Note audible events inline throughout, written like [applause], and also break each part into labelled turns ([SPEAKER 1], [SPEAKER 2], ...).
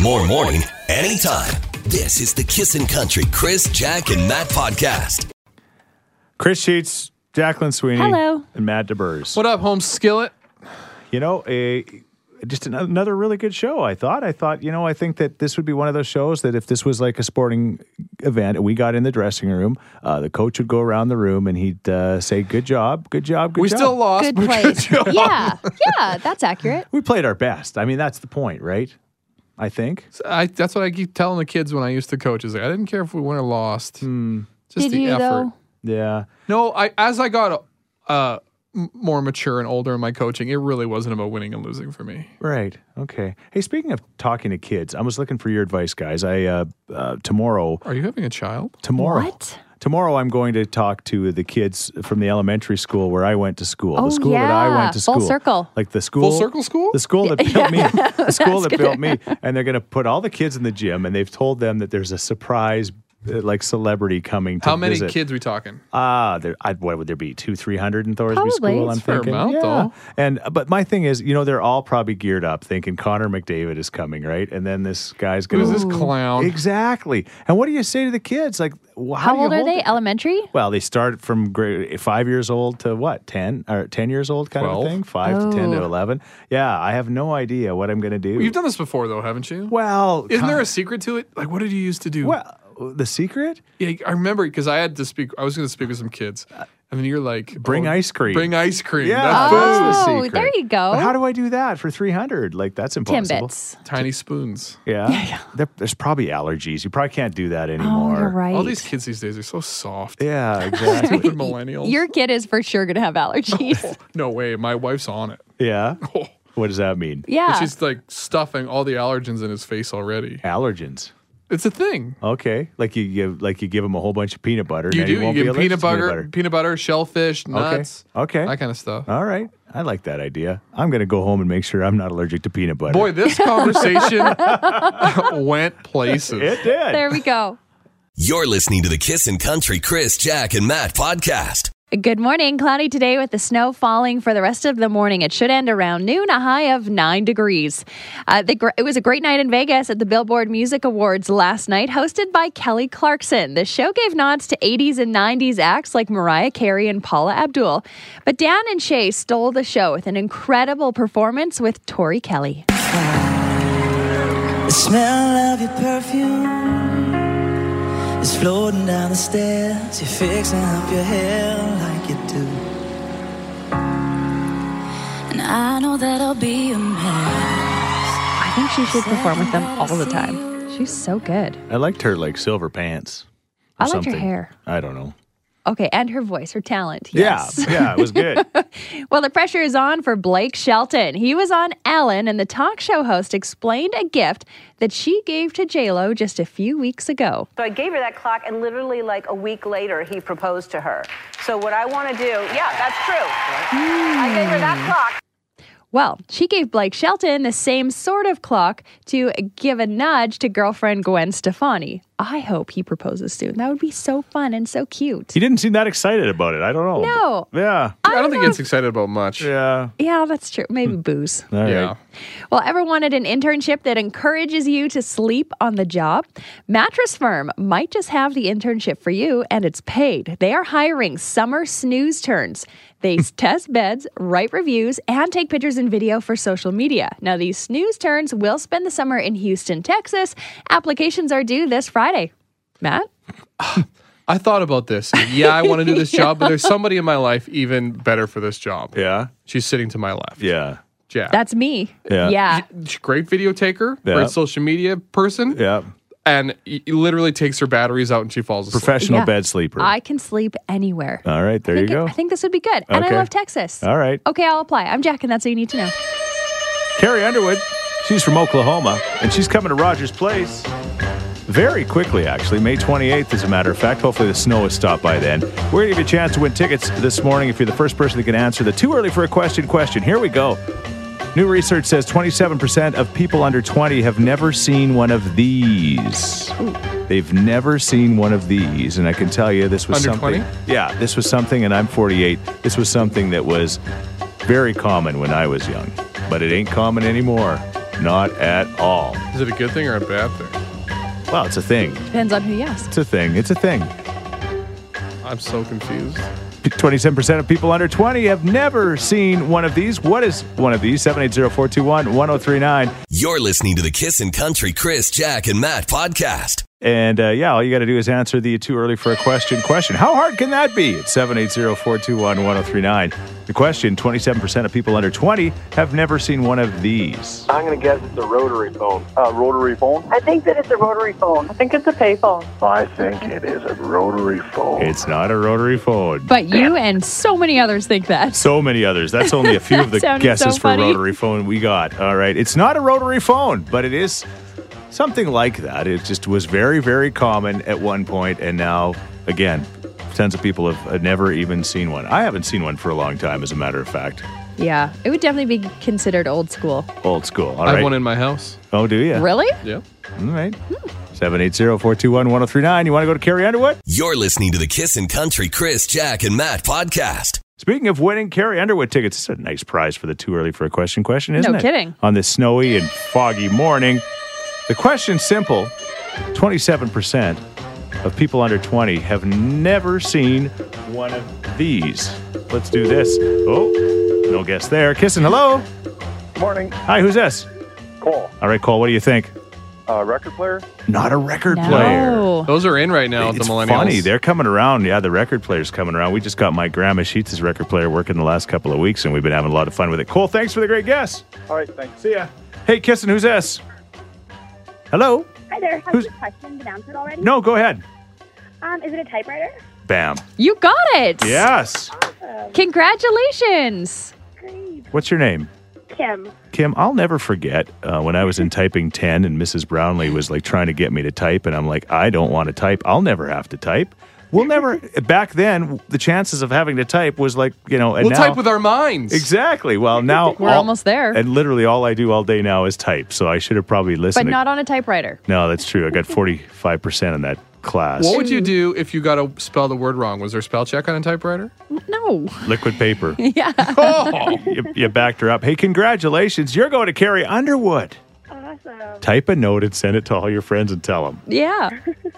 [SPEAKER 1] more morning, anytime. This is the Kissin' Country Chris, Jack, and Matt podcast.
[SPEAKER 2] Chris Sheets, Jacqueline Sweeney,
[SPEAKER 3] Hello.
[SPEAKER 2] and Matt DeBurs.
[SPEAKER 4] What up, home skillet?
[SPEAKER 2] You know, a just an- another really good show. I thought. I thought. You know, I think that this would be one of those shows that if this was like a sporting event and we got in the dressing room, uh, the coach would go around the room and he'd uh, say, "Good job, good job, good
[SPEAKER 4] we
[SPEAKER 2] job."
[SPEAKER 4] still lost.
[SPEAKER 3] Good
[SPEAKER 4] but
[SPEAKER 3] play.
[SPEAKER 4] [laughs]
[SPEAKER 3] yeah, yeah, that's accurate.
[SPEAKER 2] we played our best. I mean, that's the point, right? I think.
[SPEAKER 4] I, that's what I keep telling the kids when I used to coach. Is like I didn't care if we won or lost.
[SPEAKER 2] Hmm.
[SPEAKER 4] Just
[SPEAKER 3] Did
[SPEAKER 4] the
[SPEAKER 3] you
[SPEAKER 4] effort.
[SPEAKER 3] though?
[SPEAKER 2] Yeah.
[SPEAKER 4] No, I as I got uh, m- more mature and older in my coaching, it really wasn't about winning and losing for me.
[SPEAKER 2] Right. Okay. Hey, speaking of talking to kids, I was looking for your advice, guys. I uh, uh, tomorrow
[SPEAKER 4] Are you having a child?
[SPEAKER 2] tomorrow.
[SPEAKER 3] What?
[SPEAKER 2] Tomorrow, I'm going to talk to the kids from the elementary school where I went to school.
[SPEAKER 3] Oh,
[SPEAKER 2] the school that I
[SPEAKER 3] yeah.
[SPEAKER 2] went to
[SPEAKER 3] Full
[SPEAKER 2] school.
[SPEAKER 3] circle.
[SPEAKER 2] Like the school.
[SPEAKER 4] Full circle school?
[SPEAKER 2] The school
[SPEAKER 3] [laughs]
[SPEAKER 2] that built me. The school that built me. And they're going to put all the kids in the gym, and they've told them that there's a surprise, uh, like celebrity coming. To
[SPEAKER 4] How many
[SPEAKER 2] visit.
[SPEAKER 4] kids we talking?
[SPEAKER 2] Ah, there, I, what would there be? Two, three hundred in Thorsby
[SPEAKER 3] Probably.
[SPEAKER 2] School. I'm
[SPEAKER 3] It's
[SPEAKER 4] a fair
[SPEAKER 2] thinking.
[SPEAKER 4] amount,
[SPEAKER 2] yeah.
[SPEAKER 4] though.
[SPEAKER 2] And but my thing is, you know, they're all probably geared up, thinking Connor McDavid is coming, right? And then this guy's going
[SPEAKER 4] Who's this clown?
[SPEAKER 2] Exactly. And what do you say to the kids? Like, wh- how,
[SPEAKER 3] How
[SPEAKER 2] do you
[SPEAKER 3] old are
[SPEAKER 2] hold
[SPEAKER 3] they?
[SPEAKER 2] it?
[SPEAKER 3] Elementary?
[SPEAKER 2] Well, they start from grade five years old to what ten or ten years old, kind of
[SPEAKER 4] Twelve.
[SPEAKER 2] a thing. Five to ten to
[SPEAKER 3] Oh.
[SPEAKER 2] eleven. Yeah, I have no idea what I'm going to do.
[SPEAKER 4] You've done this before though, haven't you?
[SPEAKER 2] well,
[SPEAKER 4] Isn't there
[SPEAKER 2] Con-
[SPEAKER 4] a secret to it? Like, what did you used to do?
[SPEAKER 2] well the secret?
[SPEAKER 4] Yeah, I remember because I had to speak. I was going to speak with some kids, and then you're like, "Oh,
[SPEAKER 2] Bring ice cream.
[SPEAKER 4] Bring ice cream.
[SPEAKER 2] Yeah,
[SPEAKER 4] That's
[SPEAKER 3] Oh.
[SPEAKER 4] it.
[SPEAKER 2] that's the
[SPEAKER 3] Oh,
[SPEAKER 2] secret.
[SPEAKER 3] there you go.
[SPEAKER 2] But how do I do that for 300? Like, that's impossible.
[SPEAKER 3] Timbits.
[SPEAKER 4] tiny spoons.
[SPEAKER 2] Yeah. There- there's probably allergies. You probably can't do that
[SPEAKER 3] Oh,
[SPEAKER 2] anymore.
[SPEAKER 3] you're right.
[SPEAKER 4] All these kids these days are so
[SPEAKER 3] [laughs]
[SPEAKER 4] soft.
[SPEAKER 2] Yeah, exactly. [laughs]
[SPEAKER 4] Stupid millennials.
[SPEAKER 3] Your kid is for sure gonna have allergies.
[SPEAKER 4] no way. My wife's on it. [laughs]
[SPEAKER 2] yeah.
[SPEAKER 4] Oh.
[SPEAKER 2] What does that mean?
[SPEAKER 3] yeah.
[SPEAKER 4] She's like stuffing all the allergens in his face already.
[SPEAKER 2] Allergens.
[SPEAKER 4] It's a thing.
[SPEAKER 2] Okay. Like you give like you give them a whole bunch of peanut butter.
[SPEAKER 4] You
[SPEAKER 2] now
[SPEAKER 4] do.
[SPEAKER 2] You,
[SPEAKER 4] You
[SPEAKER 2] won't
[SPEAKER 4] give
[SPEAKER 2] be
[SPEAKER 4] him peanut
[SPEAKER 2] allergic to
[SPEAKER 4] butter, peanut butter, shellfish,
[SPEAKER 2] Okay.
[SPEAKER 4] nuts.
[SPEAKER 2] Okay.
[SPEAKER 4] That kind of stuff.
[SPEAKER 2] All right. I like that idea. I'm going to go home and make sure I'm not allergic to peanut butter. [laughs]
[SPEAKER 4] Boy, this conversation [laughs] went places.
[SPEAKER 2] it did.
[SPEAKER 3] there we go.
[SPEAKER 1] You're listening to the Kissin' Country Chris, Jack, and Matt podcast.
[SPEAKER 3] Good morning. Cloudy today with the snow falling for the rest of the morning. It should end around noon, a high of nine degrees. Uh, the, gr- it was a great night in Vegas at the Billboard Music Awards last night, hosted by Kelly Clarkson. The show gave nods to 80s and 90s acts like Mariah Carey and Paula Abdul. But Dan and Shay stole the show with an incredible performance with Tori Kelly.
[SPEAKER 5] The smell of your perfume is floating down the stairs. You're fixing up your hair like you do.
[SPEAKER 6] And I know that I'll be a mess.
[SPEAKER 3] I think she should perform with them all the time. She's so good.
[SPEAKER 2] I liked her like silver pants.
[SPEAKER 3] I
[SPEAKER 2] or
[SPEAKER 3] liked her
[SPEAKER 2] something.
[SPEAKER 3] hair.
[SPEAKER 2] I don't know.
[SPEAKER 3] Okay, and her voice, her talent. Yes.
[SPEAKER 2] Yeah. Yeah. It was
[SPEAKER 3] [laughs]
[SPEAKER 2] good.
[SPEAKER 3] Well, the pressure is on for Blake Shelton. He was on Ellen, and the talk show host explained a gift that she gave to JLo just a few weeks ago.
[SPEAKER 7] So I gave her that clock, and literally, like a week later, he proposed to her. So, what I want to do, yeah, that's true. I gave her that clock.
[SPEAKER 3] Well, she gave Blake Shelton the same sort of clock to give a nudge to girlfriend Gwen Stefani. I hope he proposes soon. That would be so fun and so cute. Oh,
[SPEAKER 2] he didn't seem that excited about it. I don't know. No. Yeah.
[SPEAKER 4] I don't think it's excited about much.
[SPEAKER 2] Yeah.
[SPEAKER 3] Yeah, that's true. Maybe booze.
[SPEAKER 2] All right.
[SPEAKER 4] Yeah.
[SPEAKER 3] Well, ever wanted an internship that encourages you to sleep on the job? Mattress Firm might just have the internship for you and it's paid. They are hiring summer snooze turns.
[SPEAKER 2] [laughs]
[SPEAKER 3] They test beds, write reviews, and take pictures and video for social media. Now, these snooze turns will spend the summer in Houston, Texas. Applications are due this Friday. Matt?
[SPEAKER 4] I thought about this. Yeah, I want to do this job, but there's somebody in my life even better for this job.
[SPEAKER 2] Yeah.
[SPEAKER 4] She's sitting to my left.
[SPEAKER 2] Yeah.
[SPEAKER 4] Jack.
[SPEAKER 3] That's me.
[SPEAKER 2] Yeah.
[SPEAKER 4] She's a great video taker,
[SPEAKER 2] Yeah.
[SPEAKER 4] great social media person,
[SPEAKER 2] Yeah.
[SPEAKER 4] and y- literally takes her batteries out and she falls asleep.
[SPEAKER 2] Professional
[SPEAKER 3] Yeah.
[SPEAKER 2] bed sleeper.
[SPEAKER 3] I can sleep anywhere.
[SPEAKER 2] All right. There you
[SPEAKER 3] think Oh. it-
[SPEAKER 2] go.
[SPEAKER 3] I think this would be good. And I
[SPEAKER 2] Okay.
[SPEAKER 3] love Texas.
[SPEAKER 2] All right.
[SPEAKER 3] Okay, I'll apply. I'm Jack, and that's all you need to know.
[SPEAKER 2] Carrie Underwood. She's from Oklahoma, and she's coming to Rogers Place very quickly, actually. May 28th, as a matter of fact. Hopefully, the snow has stopped by then. We're going to give you a chance to win tickets this morning if you're the first person that can answer the too early for a question question. Here we go. New research says 27% of people under 20 have never seen one of these. They've never seen one of these. And I can tell you, this was
[SPEAKER 4] Under
[SPEAKER 2] something.
[SPEAKER 4] 20?
[SPEAKER 2] Yeah, this was something, and I'm 48. This was something that was very common when I was young, but it ain't common anymore. Not at all.
[SPEAKER 4] Is it a good thing or a bad thing?
[SPEAKER 2] Well, it's a thing.
[SPEAKER 3] Depends on who you ask.
[SPEAKER 2] It's a thing. It's a thing.
[SPEAKER 4] I'm so confused.
[SPEAKER 2] 27% of people under 20 have never seen one of these. What is one of these? 780 421 1039.
[SPEAKER 1] You're listening to the Kissin' Country Chris, Jack, and Matt podcast.
[SPEAKER 2] And uh, yeah, all you got to do is answer the too early for a question question. How hard can that be? It's 780 421 1039. The question 27% of people under 20 have never seen one of these.
[SPEAKER 8] I'm gonna guess it's a rotary phone. A rotary phone?
[SPEAKER 9] I think that it's a rotary phone. I think it's a payphone.
[SPEAKER 8] I think it is a rotary phone.
[SPEAKER 2] It's not a rotary phone.
[SPEAKER 3] But you and so many others think that.
[SPEAKER 2] So many others. That's only a few
[SPEAKER 3] [laughs]
[SPEAKER 2] of the
[SPEAKER 3] That sounded
[SPEAKER 2] guesses
[SPEAKER 3] so
[SPEAKER 2] for
[SPEAKER 3] funny.
[SPEAKER 2] rotary phone we got. All right. It's not a rotary phone, but it is something like that. It just was very, very common at one point, and now, again, tons of people have uh, never even seen one. I haven't seen one for a long time, as a matter of fact.
[SPEAKER 3] Yeah, it would definitely be considered old school.
[SPEAKER 2] Old school. All
[SPEAKER 4] I have
[SPEAKER 2] right.
[SPEAKER 4] one in my house.
[SPEAKER 2] oh, do you?
[SPEAKER 3] Really?
[SPEAKER 4] Yep.
[SPEAKER 2] All right. 780-421-1039. You want to go to Carrie Underwood?
[SPEAKER 1] You're listening to the Kissin' Country Chris, Jack, and Matt podcast.
[SPEAKER 2] Speaking of winning Carrie Underwood tickets, it's a nice prize for the too early for a question question, isn't
[SPEAKER 3] No
[SPEAKER 2] it?
[SPEAKER 3] kidding.
[SPEAKER 2] On this snowy and foggy morning. The question's simple. 27% of people under 20 have never seen one of these. Let's do this. Oh, no guess there. Kissing, hello.
[SPEAKER 8] Morning,
[SPEAKER 2] Hi, who's this?
[SPEAKER 8] Cole.
[SPEAKER 2] All right, Cole, what do you think?
[SPEAKER 8] Uh, record player.
[SPEAKER 2] Not a record player.
[SPEAKER 3] No.
[SPEAKER 4] Those are in right now at the
[SPEAKER 2] it's
[SPEAKER 4] millennials.
[SPEAKER 2] funny. They're coming around. Yeah, the record player's coming around. We just got my grandma Sheets' record player working the last couple of weeks, and we've been having a lot of fun with it. Cole, thanks for the great guess.
[SPEAKER 8] All right, thanks.
[SPEAKER 2] See ya. Hey, Kissin, who's this? Hello?
[SPEAKER 10] Hi there. Has
[SPEAKER 2] Who's-
[SPEAKER 10] this question been answered already?
[SPEAKER 2] No, go ahead.
[SPEAKER 10] Um, is it a typewriter?
[SPEAKER 2] Bam.
[SPEAKER 3] You got it.
[SPEAKER 2] Yes.
[SPEAKER 3] Congratulations.
[SPEAKER 10] Great.
[SPEAKER 2] What's your name?
[SPEAKER 10] Kim.
[SPEAKER 2] Kim, I'll never forget uh, when I was in typing 10 and Mrs. Brownlee was like trying to get me to type, and I'm like, I don't want to type. I'll never have to type. We'll never, back then, the chances of having to type was like, you know, and
[SPEAKER 4] We'll
[SPEAKER 2] now,
[SPEAKER 4] type with our minds.
[SPEAKER 2] Exactly. Well, now
[SPEAKER 3] We're almost there.
[SPEAKER 2] And literally, all I do all day now is type. So I should have probably
[SPEAKER 3] But
[SPEAKER 2] listened. to-
[SPEAKER 3] not on a typewriter.
[SPEAKER 2] no, that's true. I got forty-five percent in that class.
[SPEAKER 4] What would you do if you got to spell the word wrong? Was there spell check on a typewriter?
[SPEAKER 3] No.
[SPEAKER 2] Liquid paper.
[SPEAKER 3] [laughs] Yeah.
[SPEAKER 4] Oh,
[SPEAKER 2] you, you backed her up. Hey, congratulations! You're going to Carrie Underwood.
[SPEAKER 10] Awesome.
[SPEAKER 2] Type a note and send it to all your friends and tell them.
[SPEAKER 3] Yeah.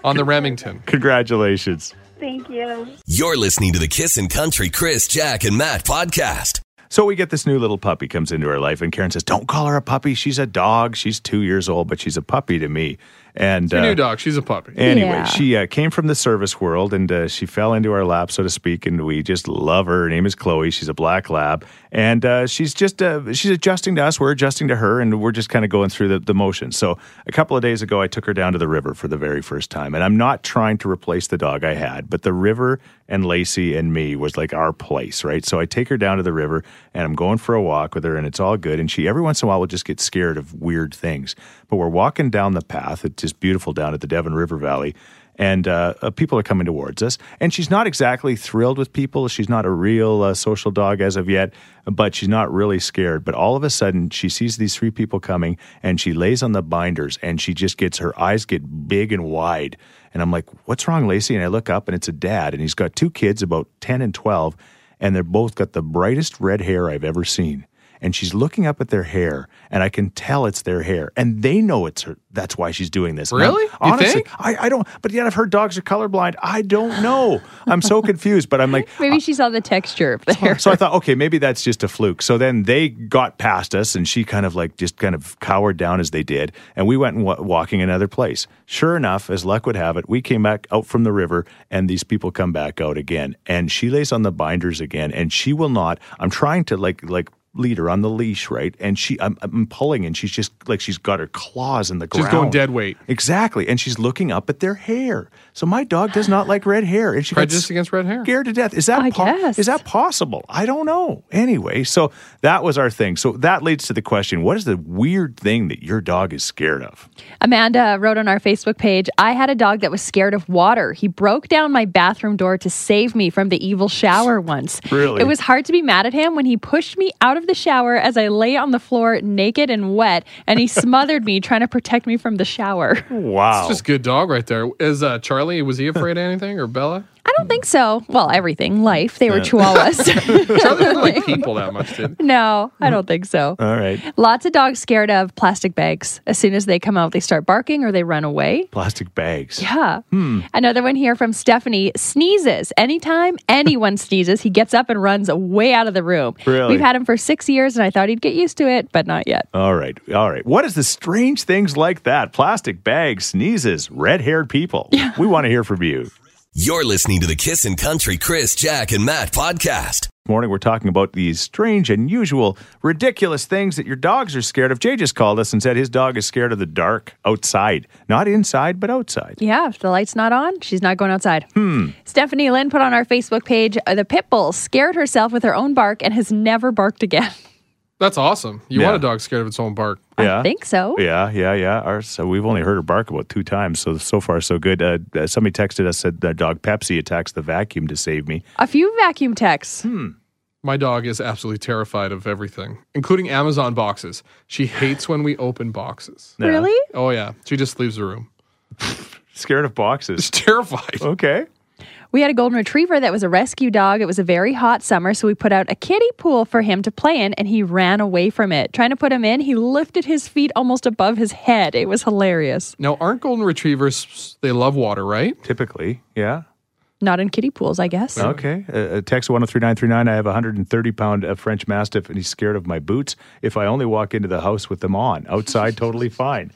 [SPEAKER 4] on
[SPEAKER 2] [laughs]
[SPEAKER 4] the Remington.
[SPEAKER 2] Congratulations.
[SPEAKER 10] Thank you.
[SPEAKER 1] You're listening to the Kissin' Country Chris, Jack, and Matt podcast.
[SPEAKER 2] So we get this new little puppy comes into her life, and Karen says, "Don't call her a puppy. She's a dog. She's two years old, but she's a puppy to me." And
[SPEAKER 4] Your
[SPEAKER 2] uh,
[SPEAKER 4] new dog. She's a puppy.
[SPEAKER 2] Anyway,
[SPEAKER 3] Yeah.
[SPEAKER 2] she uh, came from the service world and uh, she fell into our lap, so to speak, and we just love her. Her name is Chloe. She's a black lab, and uh, she's just uh, she's adjusting to us. We're adjusting to her, and we're just kind of going through the, the motions. So a couple of days ago, I took her down to the river for the very first time, and I'm not trying to replace the dog I had, but the river and Lacey and me was like our place, right? So I take her down to the river, and I'm going for a walk with her, and it's all good. And she every once in a while will just get scared of weird things. But we're walking down the path. It's just beautiful down at the Devon River Valley and uh, uh, people are coming towards us. And she's not exactly thrilled with people. She's not a real uh, social dog as of yet, but she's not really scared. But all of a sudden, she sees these three people coming and she lays on the binders and she just gets her eyes get big and wide. And I'm like, what's wrong, Lacey? And I look up and it's a dad and he's got two kids about 10 and 12, and they're both got the brightest red hair I've ever seen and she's looking up at their hair and i can tell it's their hair and they know it's her that's why she's doing this And I'm-
[SPEAKER 4] Really? You
[SPEAKER 2] honestly
[SPEAKER 4] think?
[SPEAKER 2] I, I don't but yet i've heard dogs are colorblind i don't know i'm so confused but i'm like
[SPEAKER 3] Maybe she saw the texture up there.
[SPEAKER 2] [laughs] so I thought, okay, maybe that's just a fluke. So then they got past us, and she kind of like just kind of cowered down as they did, and we went and wa- walking another place. Sure enough, as luck would have it, we came back out from the river, and these people come back out again, and she lays on the binders again, and she will not. I'm trying to like like lead her on the leash, right? And she, I'm, I'm pulling, and she's just like she's got her claws in the
[SPEAKER 4] She's
[SPEAKER 2] ground.
[SPEAKER 4] going dead weight.
[SPEAKER 2] Exactly, and she's looking up at their hair. So my dog does not like red hair, and she got
[SPEAKER 4] Prejudice against red hair.
[SPEAKER 2] scared to death. Is that
[SPEAKER 3] I
[SPEAKER 2] po-
[SPEAKER 3] guess.
[SPEAKER 2] is that possible? I don't know. Anyway, so that was our thing. So that leads to the question: What is the weird thing that your dog is scared of?
[SPEAKER 3] Amanda wrote on our Facebook page I had a dog that was scared of water. He broke down my bathroom door to save me from the evil shower once.
[SPEAKER 2] Really?
[SPEAKER 3] It was hard to be mad at him when he pushed me out of the shower as I lay on the floor naked and wet, and he [laughs] smothered me trying to protect me from the shower.
[SPEAKER 2] Wow.
[SPEAKER 4] It's just good dog right there. Is uh, Charlie? Was he afraid of anything or Bella?
[SPEAKER 3] I don't think so. Well, everything, life. They were
[SPEAKER 2] Yeah. [laughs]
[SPEAKER 3] chihuahuas. [laughs]
[SPEAKER 4] Charlie didn't like people that much, did?
[SPEAKER 3] no, I don't think so.
[SPEAKER 2] All right.
[SPEAKER 3] Lots of dogs scared of plastic bags. As soon as they come out, they start barking or they run away.
[SPEAKER 2] Plastic bags.
[SPEAKER 3] Yeah. Another one here from Stephanie sneezes. Anytime
[SPEAKER 2] [laughs]
[SPEAKER 3] anyone sneezes, he gets up and runs way out of the room.
[SPEAKER 2] Really?
[SPEAKER 3] We've had him for six years and I thought he'd get used to it, but not yet.
[SPEAKER 2] All right. All right. What is the strange things like that? Plastic bags, sneezes, red haired people. We want to hear from you.
[SPEAKER 1] You're listening to the Kissin' Country Chris, Jack, and Matt podcast.
[SPEAKER 2] morning we're talking about these strange, unusual, ridiculous things that your dogs are scared of. Jay just called us and said his dog is scared of the dark outside. Not inside, but outside.
[SPEAKER 3] Yeah, if the light's not on, she's not going outside. Hmm. Stephanie Lynn put on our Facebook page uh, the pit bull scared herself with her own bark and has never barked again. [laughs]
[SPEAKER 4] That's awesome. You
[SPEAKER 2] Yeah.
[SPEAKER 4] want a dog scared of its own bark.
[SPEAKER 2] yeah.
[SPEAKER 3] I think so.
[SPEAKER 2] Yeah, yeah, yeah. Our, so we've only heard her bark about two times. So so far so good. Uh, uh, somebody texted us said the dog Pepsi attacks the vacuum to save me.
[SPEAKER 3] A few vacuum texts.
[SPEAKER 2] Hmm.
[SPEAKER 4] My dog is absolutely terrified of everything, including Amazon boxes. She hates when we open boxes.
[SPEAKER 2] Yeah.
[SPEAKER 3] Really?
[SPEAKER 4] Oh yeah, she just leaves the room.
[SPEAKER 2] Scared of boxes.
[SPEAKER 4] She's
[SPEAKER 2] [laughs]
[SPEAKER 4] terrified.
[SPEAKER 2] Okay.
[SPEAKER 3] We had a golden retriever that was a rescue dog. It was a very hot summer, so we put out a kiddie pool for him to play in, and he ran away from it. Trying to put him in, he lifted his feet almost above his head. It was hilarious.
[SPEAKER 4] Now, aren't golden retrievers? They love water, right?
[SPEAKER 2] Typically, yeah.
[SPEAKER 3] Not in kiddie pools, I guess.
[SPEAKER 2] Okay. Uh, uh, text 103939. I have a 130 pound uh, French Mastiff and he's scared of my boots. If I only walk into the house with them on, [laughs] outside, totally fine.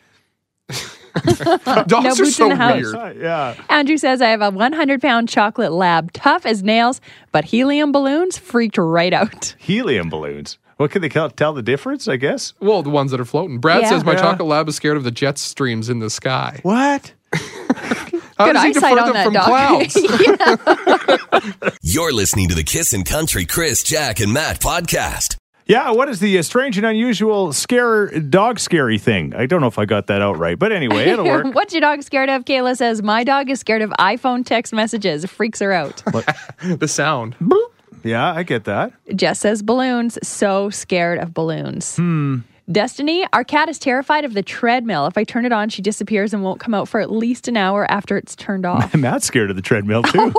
[SPEAKER 4] [laughs] Dogs
[SPEAKER 3] No
[SPEAKER 4] are
[SPEAKER 3] boots in
[SPEAKER 4] so
[SPEAKER 3] the house.
[SPEAKER 4] weird.
[SPEAKER 2] Uh, yeah.
[SPEAKER 3] Andrew says, I have a 100 pound chocolate lab, tough as nails, but helium balloons freaked right out. [laughs]
[SPEAKER 2] Helium balloons. What can they tell, tell the difference, I guess?
[SPEAKER 4] Well, the ones that are floating. Brad
[SPEAKER 3] Yeah.
[SPEAKER 4] says my
[SPEAKER 2] Yeah.
[SPEAKER 4] chocolate lab is scared of the jet streams in the sky.
[SPEAKER 2] What?
[SPEAKER 4] How
[SPEAKER 3] Good
[SPEAKER 4] does he
[SPEAKER 3] eyesight
[SPEAKER 4] defer
[SPEAKER 3] on
[SPEAKER 4] them
[SPEAKER 3] that
[SPEAKER 4] from
[SPEAKER 3] dog.
[SPEAKER 4] clouds?
[SPEAKER 3] [laughs]
[SPEAKER 4] [laughs]
[SPEAKER 1] You're listening to the Kissin' Country Chris, Jack, and Matt podcast.
[SPEAKER 2] Yeah, what is the uh, strange and unusual scare dog scary thing? I don't know if I got that out right, but anyway, it'll work.
[SPEAKER 3] What's your dog scared of? Kayla says, My dog is scared of iPhone text messages. It freaks her out.
[SPEAKER 4] the sound.
[SPEAKER 2] yeah, I get that.
[SPEAKER 3] Jess says balloons. So scared of balloons. Destiny, our cat is terrified of the treadmill. If I turn it on, she disappears and won't come out for at least an hour after it's
[SPEAKER 2] [laughs]
[SPEAKER 3] turned off.
[SPEAKER 2] Matt's scared of the treadmill too.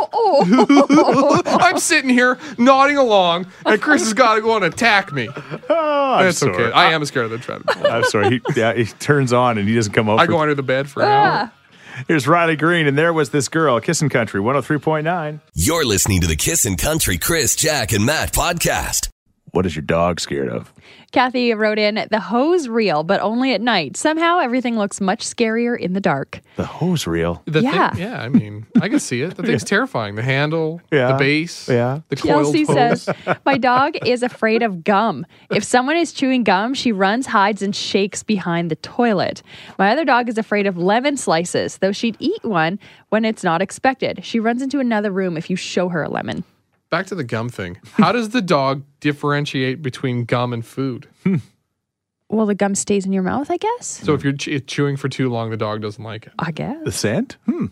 [SPEAKER 4] I'm sitting here nodding along, and Chris has got to go and attack me.
[SPEAKER 2] Oh, I'm
[SPEAKER 4] That's
[SPEAKER 2] sorry.
[SPEAKER 4] okay. I am scared of the treadmill.
[SPEAKER 2] I'm sorry. He, yeah, he turns on and he doesn't come out.
[SPEAKER 4] I
[SPEAKER 2] for-
[SPEAKER 4] go under the bed for an hour.
[SPEAKER 3] Ah.
[SPEAKER 2] Here's Riley Green, and there was this girl, Kissin' Country, 103.9.
[SPEAKER 1] You're listening to the Kissin' Country Chris, Jack, and Matt podcast.
[SPEAKER 2] What is your dog scared of?
[SPEAKER 3] Kathy wrote in the hose reel, but only at night. Somehow everything looks much scarier in the dark.
[SPEAKER 2] The hose reel.
[SPEAKER 4] The
[SPEAKER 3] Yeah.
[SPEAKER 4] Thing, yeah, I mean, I can
[SPEAKER 3] [laughs]
[SPEAKER 4] see it. The thing's terrifying. The handle,
[SPEAKER 2] Yeah.
[SPEAKER 4] the base,
[SPEAKER 2] Yeah.
[SPEAKER 4] the coiled
[SPEAKER 3] Kelsey
[SPEAKER 4] hose.
[SPEAKER 3] says, My dog is afraid of gum. If someone is chewing gum, she runs, hides, and shakes behind the toilet. My other dog is afraid of lemon slices, though she'd eat one when it's not expected. She runs into another room if you show her a lemon.
[SPEAKER 4] Back to the gum thing. How does the dog differentiate between gum and food?
[SPEAKER 3] Well, the gum stays in your mouth, I guess.
[SPEAKER 4] So if you're che- chewing for too long, the dog doesn't like it.
[SPEAKER 3] I
[SPEAKER 2] The
[SPEAKER 3] guess.
[SPEAKER 2] scent? Hmm.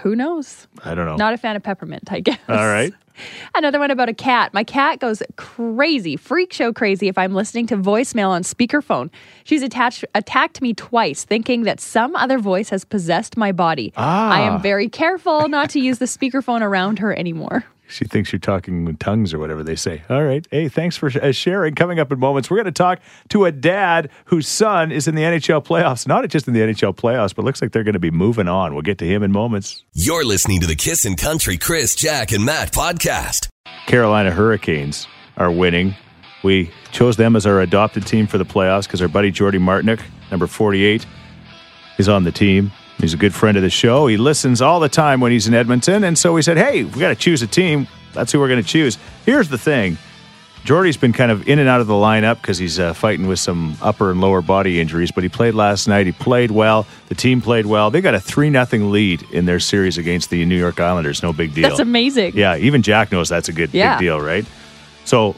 [SPEAKER 3] Who knows?
[SPEAKER 2] I don't know.
[SPEAKER 3] Not a fan of peppermint, I guess.
[SPEAKER 2] Oh. All right.
[SPEAKER 3] [laughs] Another one about a cat. My cat goes crazy, freak show crazy, if I'm listening to voicemail on speakerphone. She's attached, attacked me twice, thinking that some other voice has possessed my body.
[SPEAKER 2] Ah.
[SPEAKER 3] I am very careful not to use the speakerphone around
[SPEAKER 2] [laughs]
[SPEAKER 3] her anymore.
[SPEAKER 2] She thinks you're talking with tongues or whatever they say. All right. Hey, thanks for uh, sharing. Coming up in moments, we're going to talk to a dad whose son is in the NHL playoffs. Not just in the NHL playoffs, but looks like they're going to be moving on. We'll get to him in moments.
[SPEAKER 1] You're listening to the Kissin' Country Chris, Jack, and Matt podcast.
[SPEAKER 2] Carolina Hurricanes are winning. We chose them as our adopted team for the playoffs because our buddy Jordy Martinick, number 48, is on the team. He's a good friend of the show. He listens all the time when he's in Edmonton. And so we said, hey, we got to choose a team. That's who we're going to choose. Here's the thing Jordy's been kind of in and out of the lineup because he's uh, fighting with some upper and lower body injuries, but he played last night. He played well. The team played well. They got a 3 0 lead in their series against the New York Islanders. No big deal.
[SPEAKER 3] That's amazing.
[SPEAKER 2] Yeah, even Jack knows that's a good
[SPEAKER 3] Yeah.
[SPEAKER 2] big deal, right? So,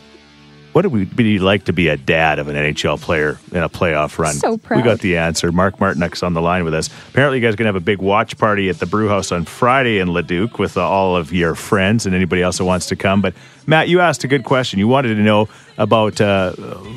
[SPEAKER 2] what would it be like to be a dad of an NHL player in a playoff run?
[SPEAKER 3] So proud.
[SPEAKER 2] We got the answer. Mark Martinuk's on the line with us. Apparently, you guys are going to have a big watch party at the Brew House on Friday in Leduc with uh, all of your friends and anybody else that wants to come. But Matt, you asked a good question. You wanted to know about uh,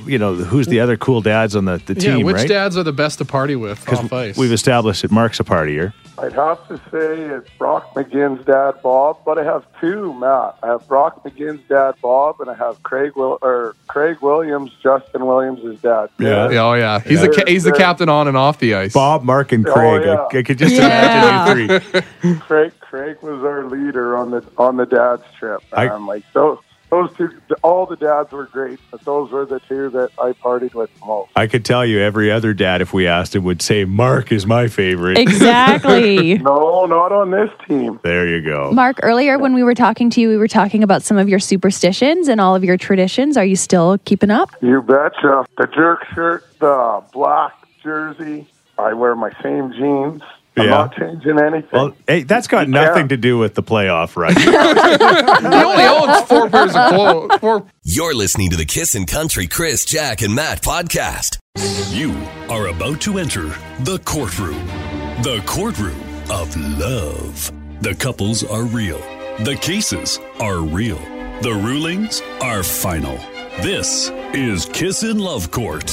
[SPEAKER 2] you know who's the other cool dads on the, the
[SPEAKER 4] Yeah,
[SPEAKER 2] team,
[SPEAKER 4] which
[SPEAKER 2] right?
[SPEAKER 4] dads are the best to party with off ice?
[SPEAKER 2] We've established that Mark's a partier.
[SPEAKER 8] I'd have to say it's Brock McGinn's dad, Bob, but I have two, Matt. I have Brock McGinn's dad, Bob, and I have Craig Will or Craig Williams, Justin Williams' dad.
[SPEAKER 4] yeah. Oh yeah, he's the ca- he's the captain on and off the ice.
[SPEAKER 2] Bob, Mark, and
[SPEAKER 8] Oh,
[SPEAKER 2] Craig. I- I,
[SPEAKER 8] yeah.
[SPEAKER 2] could just
[SPEAKER 3] Yeah.
[SPEAKER 2] imagine you three.
[SPEAKER 8] Craig Craig was our leader on the on the dad's trip.
[SPEAKER 2] I-
[SPEAKER 8] I'm like those those two all the dads were great, but those were the two that I partied with the most.
[SPEAKER 2] I could tell you every other dad, if we asked him, would say Mark is my favorite. [laughs]
[SPEAKER 3] [laughs] Exactly.
[SPEAKER 8] No, not on this team.
[SPEAKER 2] There you go.
[SPEAKER 3] Mark, earlier when we were talking to you, we were talking about some of your superstitions and all of your traditions. Are you still keeping up?
[SPEAKER 8] You betcha. The jerk shirt, the black jersey. I wear my same jeans. I'm
[SPEAKER 2] Yeah.
[SPEAKER 8] not changing anything.
[SPEAKER 2] Well, hey, that's got
[SPEAKER 8] Yeah.
[SPEAKER 2] nothing to do with the playoff,
[SPEAKER 3] [laughs]
[SPEAKER 2] right?
[SPEAKER 4] he only owns four pairs of clothes. Four.
[SPEAKER 1] You're listening to the Kissin' Country Chris, Jack, and Matt podcast. You are about to enter the courtroom. The courtroom of love. The couples are real. The cases are real. The rulings are final. This is Kissin' Love Court.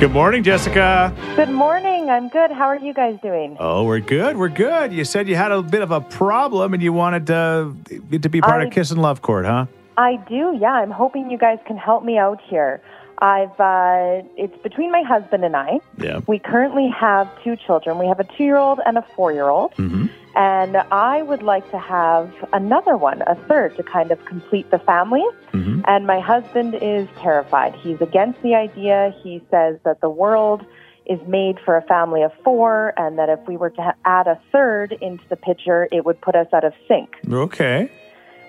[SPEAKER 2] Good morning, Jessica.
[SPEAKER 9] Good morning. I'm good. How are you guys doing?
[SPEAKER 2] Oh, we're good. We're good. You said you had a bit of a problem and you wanted to, it to be part
[SPEAKER 9] I-
[SPEAKER 2] of Kiss and Love Court, huh?
[SPEAKER 9] I do. Yeah, I'm hoping you guys can help me out here. I've uh, it's between my husband and I.
[SPEAKER 2] Yeah.
[SPEAKER 9] We currently have two children. We have a two-year-old and a four-year-old, and I would like to have another one, a third, to kind of complete the family. And my husband is terrified. He's against the idea. He says that the world is made for a family of four, and that if we were to ha- add a third into the picture, it would put us out of sync
[SPEAKER 3] [laughs]
[SPEAKER 2] Okay.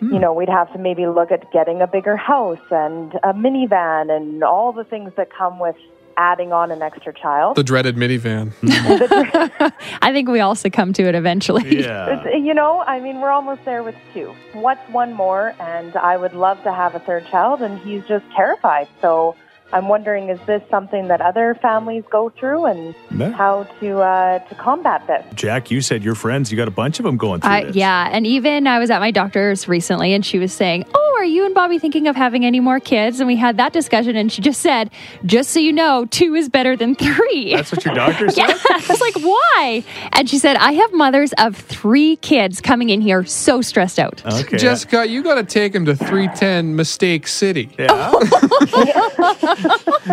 [SPEAKER 9] you know, we'd have to maybe look at getting a bigger house and a minivan and all the things that come with adding on an extra child.
[SPEAKER 4] The dreaded minivan.
[SPEAKER 3] I think we all succumb to it eventually.
[SPEAKER 2] Yeah.
[SPEAKER 9] It's- you know, I mean, we're almost there with two. What's one more? And I would love to have a third child, and he's just terrified. So I'm wondering, is this something that other families go through, and
[SPEAKER 2] Yeah.
[SPEAKER 9] how to uh, to combat this?
[SPEAKER 2] Jack, you said your friends, you got a bunch of them going through
[SPEAKER 3] I,
[SPEAKER 2] this.
[SPEAKER 3] yeah, and even I was at my doctor's recently, and she was saying, "Oh, are you and Bobby thinking of having any more kids?" And we had that discussion, and she just said, "Just so you know, two is better than three. [laughs]
[SPEAKER 2] That's what your doctor said?
[SPEAKER 3] Yeah. I was like, why? And she said, I have mothers of three kids coming in here so stressed out.
[SPEAKER 2] Okay.
[SPEAKER 4] Jessica, you got to take him to 310 Mistake City.
[SPEAKER 2] yeah.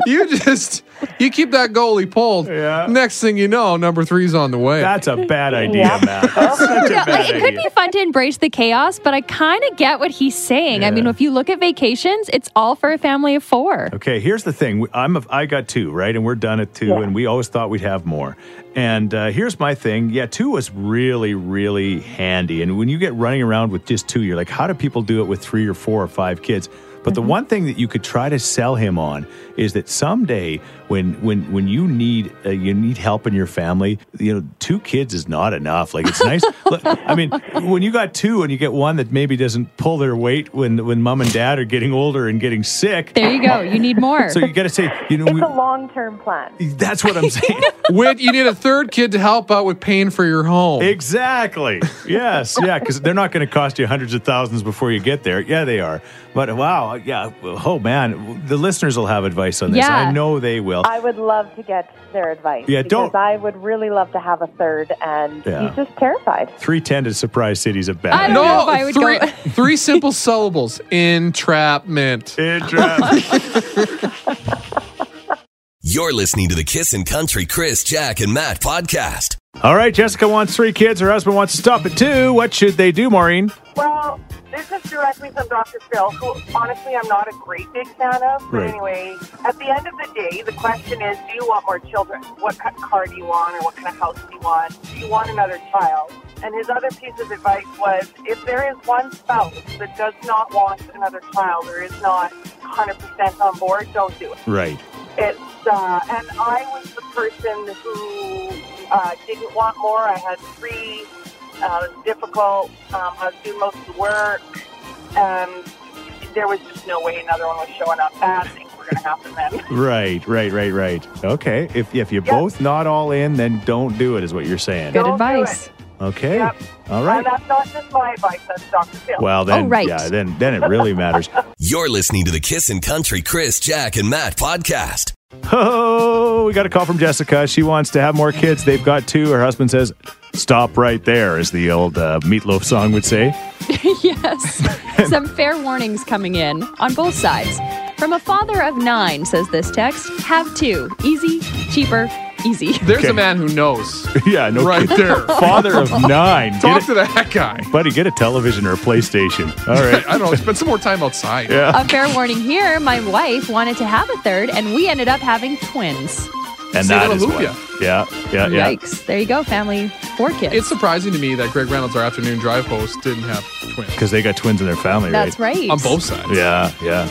[SPEAKER 4] You just you keep that goalie pulled.
[SPEAKER 2] Yeah.
[SPEAKER 4] Next thing you know, number three's on the way. [laughs]
[SPEAKER 2] That's a
[SPEAKER 3] [laughs]
[SPEAKER 2] bad idea,
[SPEAKER 9] Yeah.
[SPEAKER 2] Matt. That's such a
[SPEAKER 3] Yeah,
[SPEAKER 2] bad
[SPEAKER 3] like, it could
[SPEAKER 2] idea.
[SPEAKER 3] be fun to embrace the chaos, but I kind of get what he's saying. I mean,
[SPEAKER 2] Yeah.
[SPEAKER 3] if you look at vacations, it's all for a family of four.
[SPEAKER 2] Okay, here's the thing. We- I'm a, I got two, right? And we're done at two, and we always thought we'd have more. And uh, here's my thing. Yeah, two was really, really handy. And when you get running around with just two, you're like, how do people do it with three or four or five kids? But the one thing that you could try to sell him on is that someday, when when when you need uh, you need help in your family, you know, two kids is not enough. Like it's nice. Look, I mean, when you got two and you get one that maybe doesn't pull their weight when when mom and dad are getting older and getting sick,
[SPEAKER 3] There you go.
[SPEAKER 2] [laughs]
[SPEAKER 3] You need more.
[SPEAKER 2] so you got to say, you know,
[SPEAKER 9] It's a
[SPEAKER 2] we,
[SPEAKER 9] long term plan.
[SPEAKER 2] [laughs] that's
[SPEAKER 9] [laughs]
[SPEAKER 2] what I'm saying.
[SPEAKER 4] Wit, you need a third kid to help out with paying for your home.
[SPEAKER 2] exactly. Yes. Yeah. Because they're not going to cost you hundreds of thousands before you get there. Yeah, they are. But wow. Yeah. Oh man, the listeners will have advice on this.
[SPEAKER 3] Yeah.
[SPEAKER 2] I know they will.
[SPEAKER 9] I would love to get their advice.
[SPEAKER 2] Yeah,
[SPEAKER 9] because
[SPEAKER 2] don't-
[SPEAKER 9] I would really love to have a third, and
[SPEAKER 2] Yeah.
[SPEAKER 9] he's just terrified.
[SPEAKER 2] Three ten to surprise cities of bad.
[SPEAKER 3] I don't know if I would
[SPEAKER 4] three,
[SPEAKER 3] go-
[SPEAKER 4] [laughs] three simple syllables.
[SPEAKER 3] [laughs]
[SPEAKER 4] Entrapment.
[SPEAKER 2] Interesting.
[SPEAKER 1] You're listening to the Kissin' Country Chris, Jack, and Matt podcast.
[SPEAKER 2] All right. Jessica wants three kids. Her husband wants to stop at two. What should they do, Maureen?
[SPEAKER 10] Well, this is directly from Dr. Phil, who honestly I'm not a great big fan of. But
[SPEAKER 2] Right.
[SPEAKER 10] anyway, at the end of the day, the question is do you want more children? What kind of car do you want, or what kind of house do you want? Do you want another child? And his other piece of advice was if there is one spouse that does not want another child or is not 100% on board, don't do it.
[SPEAKER 2] Right.
[SPEAKER 10] It's uh, and I was the person who uh, didn't want more. I had three. Uh, it was difficult. Um, I was doing most of the work, and there was just no way another one was showing up. Bad things were going to happen then.
[SPEAKER 2] Right. Right. Right. Right. Okay. If if you're
[SPEAKER 10] Yeah.
[SPEAKER 2] both not all in, then don't do it. Is what you're saying.
[SPEAKER 3] Good
[SPEAKER 10] Don't do
[SPEAKER 3] advice.
[SPEAKER 10] it.
[SPEAKER 2] Okay.
[SPEAKER 10] Yep.
[SPEAKER 2] All right.
[SPEAKER 10] And that's not just my advice. That's Dr. Phil.
[SPEAKER 3] Oh,
[SPEAKER 2] Well, then, yeah, then, then it really matters. [laughs]
[SPEAKER 1] You're listening to the Kissin' Country Chris, Jack, and Matt podcast.
[SPEAKER 2] Oh, we got a call from Jessica. She wants to have more kids. They've got two. Her husband says, "Stop right there," as the old uh, Meatloaf song would say.
[SPEAKER 3] [laughs] yes. Some fair warnings coming in on both sides. From a father of nine, says this text have two. Easy, cheaper, easy. [laughs]
[SPEAKER 4] There's a man who
[SPEAKER 2] [laughs]
[SPEAKER 4] knows.
[SPEAKER 2] yeah, no
[SPEAKER 4] Right
[SPEAKER 2] kidding.
[SPEAKER 4] there.
[SPEAKER 2] [laughs] Father of nine.
[SPEAKER 4] Talk
[SPEAKER 2] Get
[SPEAKER 4] to that
[SPEAKER 2] [laughs]
[SPEAKER 4] guy.
[SPEAKER 2] a- buddy, get a television or a PlayStation. All right.
[SPEAKER 4] [laughs] I don't know. Spend some more time outside.
[SPEAKER 2] Yeah.
[SPEAKER 3] A fair warning here my wife wanted to have a third, and we ended up having twins.
[SPEAKER 2] And that
[SPEAKER 4] See, that'll
[SPEAKER 2] is
[SPEAKER 4] hoop
[SPEAKER 2] what.
[SPEAKER 4] ya.
[SPEAKER 2] Yeah, yeah, Uh, yeah.
[SPEAKER 3] Yikes. There you go, family. Four kids.
[SPEAKER 4] It's surprising to me that Greg Reynolds, our afternoon drive host, didn't have twins
[SPEAKER 2] Because they got twins in their family,
[SPEAKER 3] That's right.
[SPEAKER 4] on both sides.
[SPEAKER 2] Yeah, yeah.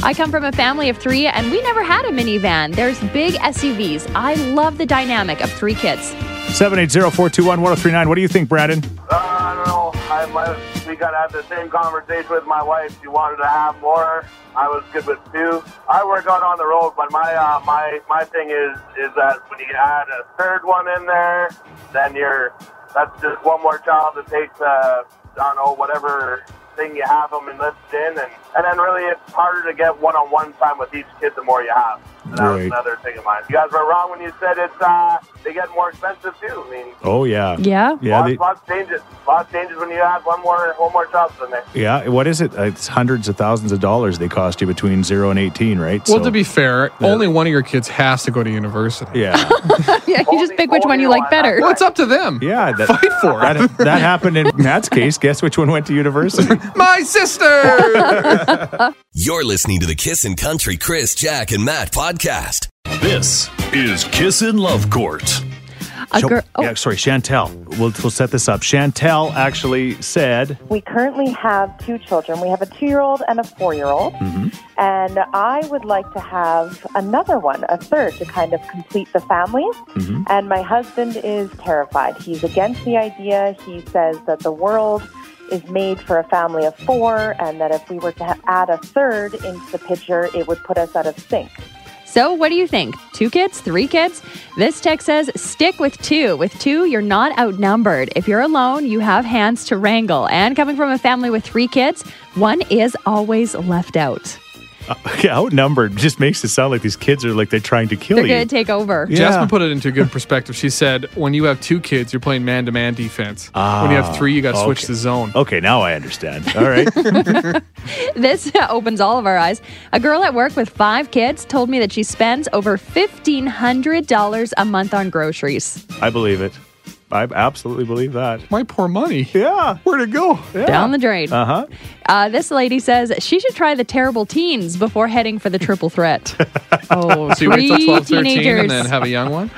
[SPEAKER 3] I come from a family of three, and we never had a minivan. There's big SUVs. I love the dynamic of three kids.
[SPEAKER 2] 780-421-1039. What do you think, Brandon?
[SPEAKER 11] Uh, I don't know. I might, we got to have the same conversation with my wife. She wanted to have more. I was good with two. I work out on the road, but my uh, my my thing is is that when you add a third one in there, then you're that's just one more child that takes uh, I don't know whatever thing you have them enlisted in, and and then really it's harder to get one on one time with each kid the more you have. And that was
[SPEAKER 2] Right.
[SPEAKER 11] another thing of mine. You guys were wrong when you said it's uh, they get more expensive too. I mean.
[SPEAKER 2] Oh yeah.
[SPEAKER 3] Yeah.
[SPEAKER 2] Yeah.
[SPEAKER 11] lots,
[SPEAKER 2] they-
[SPEAKER 11] lots changes. Lots changes when you add one more one more child in there.
[SPEAKER 2] yeah. What is it? Uh, It's hundreds of thousands of dollars they cost you between zero and eighteen, right?
[SPEAKER 4] Well,
[SPEAKER 2] So-
[SPEAKER 4] to be fair, only one of your kids has to go to university.
[SPEAKER 2] Yeah.
[SPEAKER 3] yeah, [laughs] you just pick which one you like better.
[SPEAKER 4] Well, it's up to them. [laughs]
[SPEAKER 2] Yeah. That,
[SPEAKER 4] Fight for it.
[SPEAKER 2] that, that happened in Matt's case. Guess which one went to university? [laughs]
[SPEAKER 4] My sister.
[SPEAKER 1] You're listening to the Kissin' Country Chris, Jack, and Matt podcast. This is Kissin' Love Court.
[SPEAKER 3] [laughs] A
[SPEAKER 2] Shan-
[SPEAKER 3] girl. Oh,
[SPEAKER 2] Yeah. Sorry, Chantel. We'll, we'll set this up. Chantel actually said, [laughs]
[SPEAKER 9] We currently have two children. We have a two year old and a four year old. And I would like to have another one, a third, to kind of complete the family. And my husband is terrified. He's against the idea. He says that the world is made for a family of four, and that if we were to ha- add a third into the picture, it would put us out of sync.
[SPEAKER 3] So, what do you think? Two kids? Three kids? This text says stick with two. With two, you're not outnumbered. If you're alone, you have hands to wrangle. And coming from a family with three kids, one is always left out.
[SPEAKER 2] "Yeah, outnumbered." Just makes it sound like these kids are like they're trying to kill
[SPEAKER 3] They're
[SPEAKER 2] you.
[SPEAKER 3] going to take over.
[SPEAKER 2] Yeah.
[SPEAKER 4] Jasmine put it into good perspective. She said, when you have two kids, you're playing man to man defense. when you have three, you got to switch
[SPEAKER 2] Ah, okay. Oh.
[SPEAKER 4] the zone.
[SPEAKER 2] Okay, now I understand. All
[SPEAKER 4] [laughs]
[SPEAKER 2] right.
[SPEAKER 3] [laughs] This opens all of our eyes. A girl at work with five kids told me that she spends over $1,500 a month on groceries.
[SPEAKER 2] I believe it. I absolutely believe that.
[SPEAKER 4] My poor money.
[SPEAKER 2] Yeah.
[SPEAKER 4] Where'd it go?
[SPEAKER 3] Down the drain.
[SPEAKER 2] Uh huh.
[SPEAKER 3] Uh, this lady says she should try the terrible teens before heading for the triple threat. [laughs] oh,
[SPEAKER 4] So you wait till
[SPEAKER 3] three
[SPEAKER 4] 12, 13
[SPEAKER 3] teenagers.
[SPEAKER 4] and then have a young one?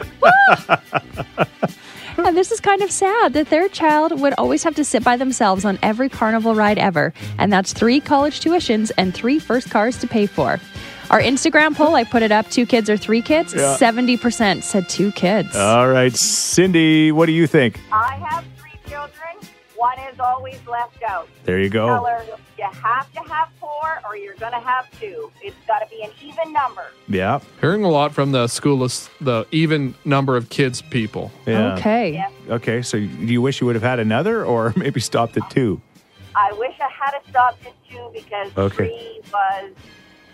[SPEAKER 3] And this is kind of sad that their child would always have to sit by themselves on every carnival ride ever. And that's three college tuitions and three first cars to pay for. Our Instagram poll, I put it up two kids or three kids.
[SPEAKER 2] Yeah. Oh,
[SPEAKER 3] 70% said two kids.
[SPEAKER 2] All right, Cindy, what do you think?
[SPEAKER 10] I have three children. One is always left out.
[SPEAKER 2] There you
[SPEAKER 10] Tell
[SPEAKER 2] go.
[SPEAKER 10] her you have to have four or you're going to have two. It's got to be an even number.
[SPEAKER 2] Yeah.
[SPEAKER 4] Hearing a lot from the school is the even number of kids people.
[SPEAKER 2] Yeah.
[SPEAKER 3] Okay.
[SPEAKER 2] Okay, so do you wish you would have had another or [laughs] maybe stopped at two?
[SPEAKER 10] I wish I had a stopped at two because
[SPEAKER 2] Okay.
[SPEAKER 10] three was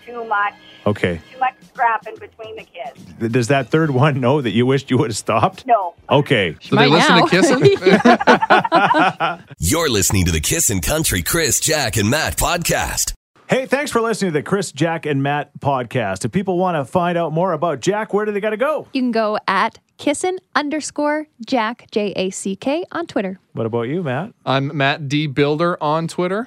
[SPEAKER 10] too much,
[SPEAKER 2] Okay.
[SPEAKER 10] too much scrapping between the kids.
[SPEAKER 2] Th- Does that third one know that you wished you would have stopped?
[SPEAKER 10] No.
[SPEAKER 2] Okay.
[SPEAKER 4] Do they
[SPEAKER 3] Right
[SPEAKER 4] listen
[SPEAKER 3] now.
[SPEAKER 4] to
[SPEAKER 3] [laughs]
[SPEAKER 4] [laughs] kissing?
[SPEAKER 1] You're listening to the Kissin' Country Chris, Jack, and Matt podcast.
[SPEAKER 2] Hey, thanks for listening to the Chris, Jack, and Matt podcast. If people want to find out more about Jack, where do they got to go?
[SPEAKER 3] You can go at kissin underscore jack, J A C K, on Twitter.
[SPEAKER 2] What about you, Matt?
[SPEAKER 4] I'm Matt D Builder on Twitter.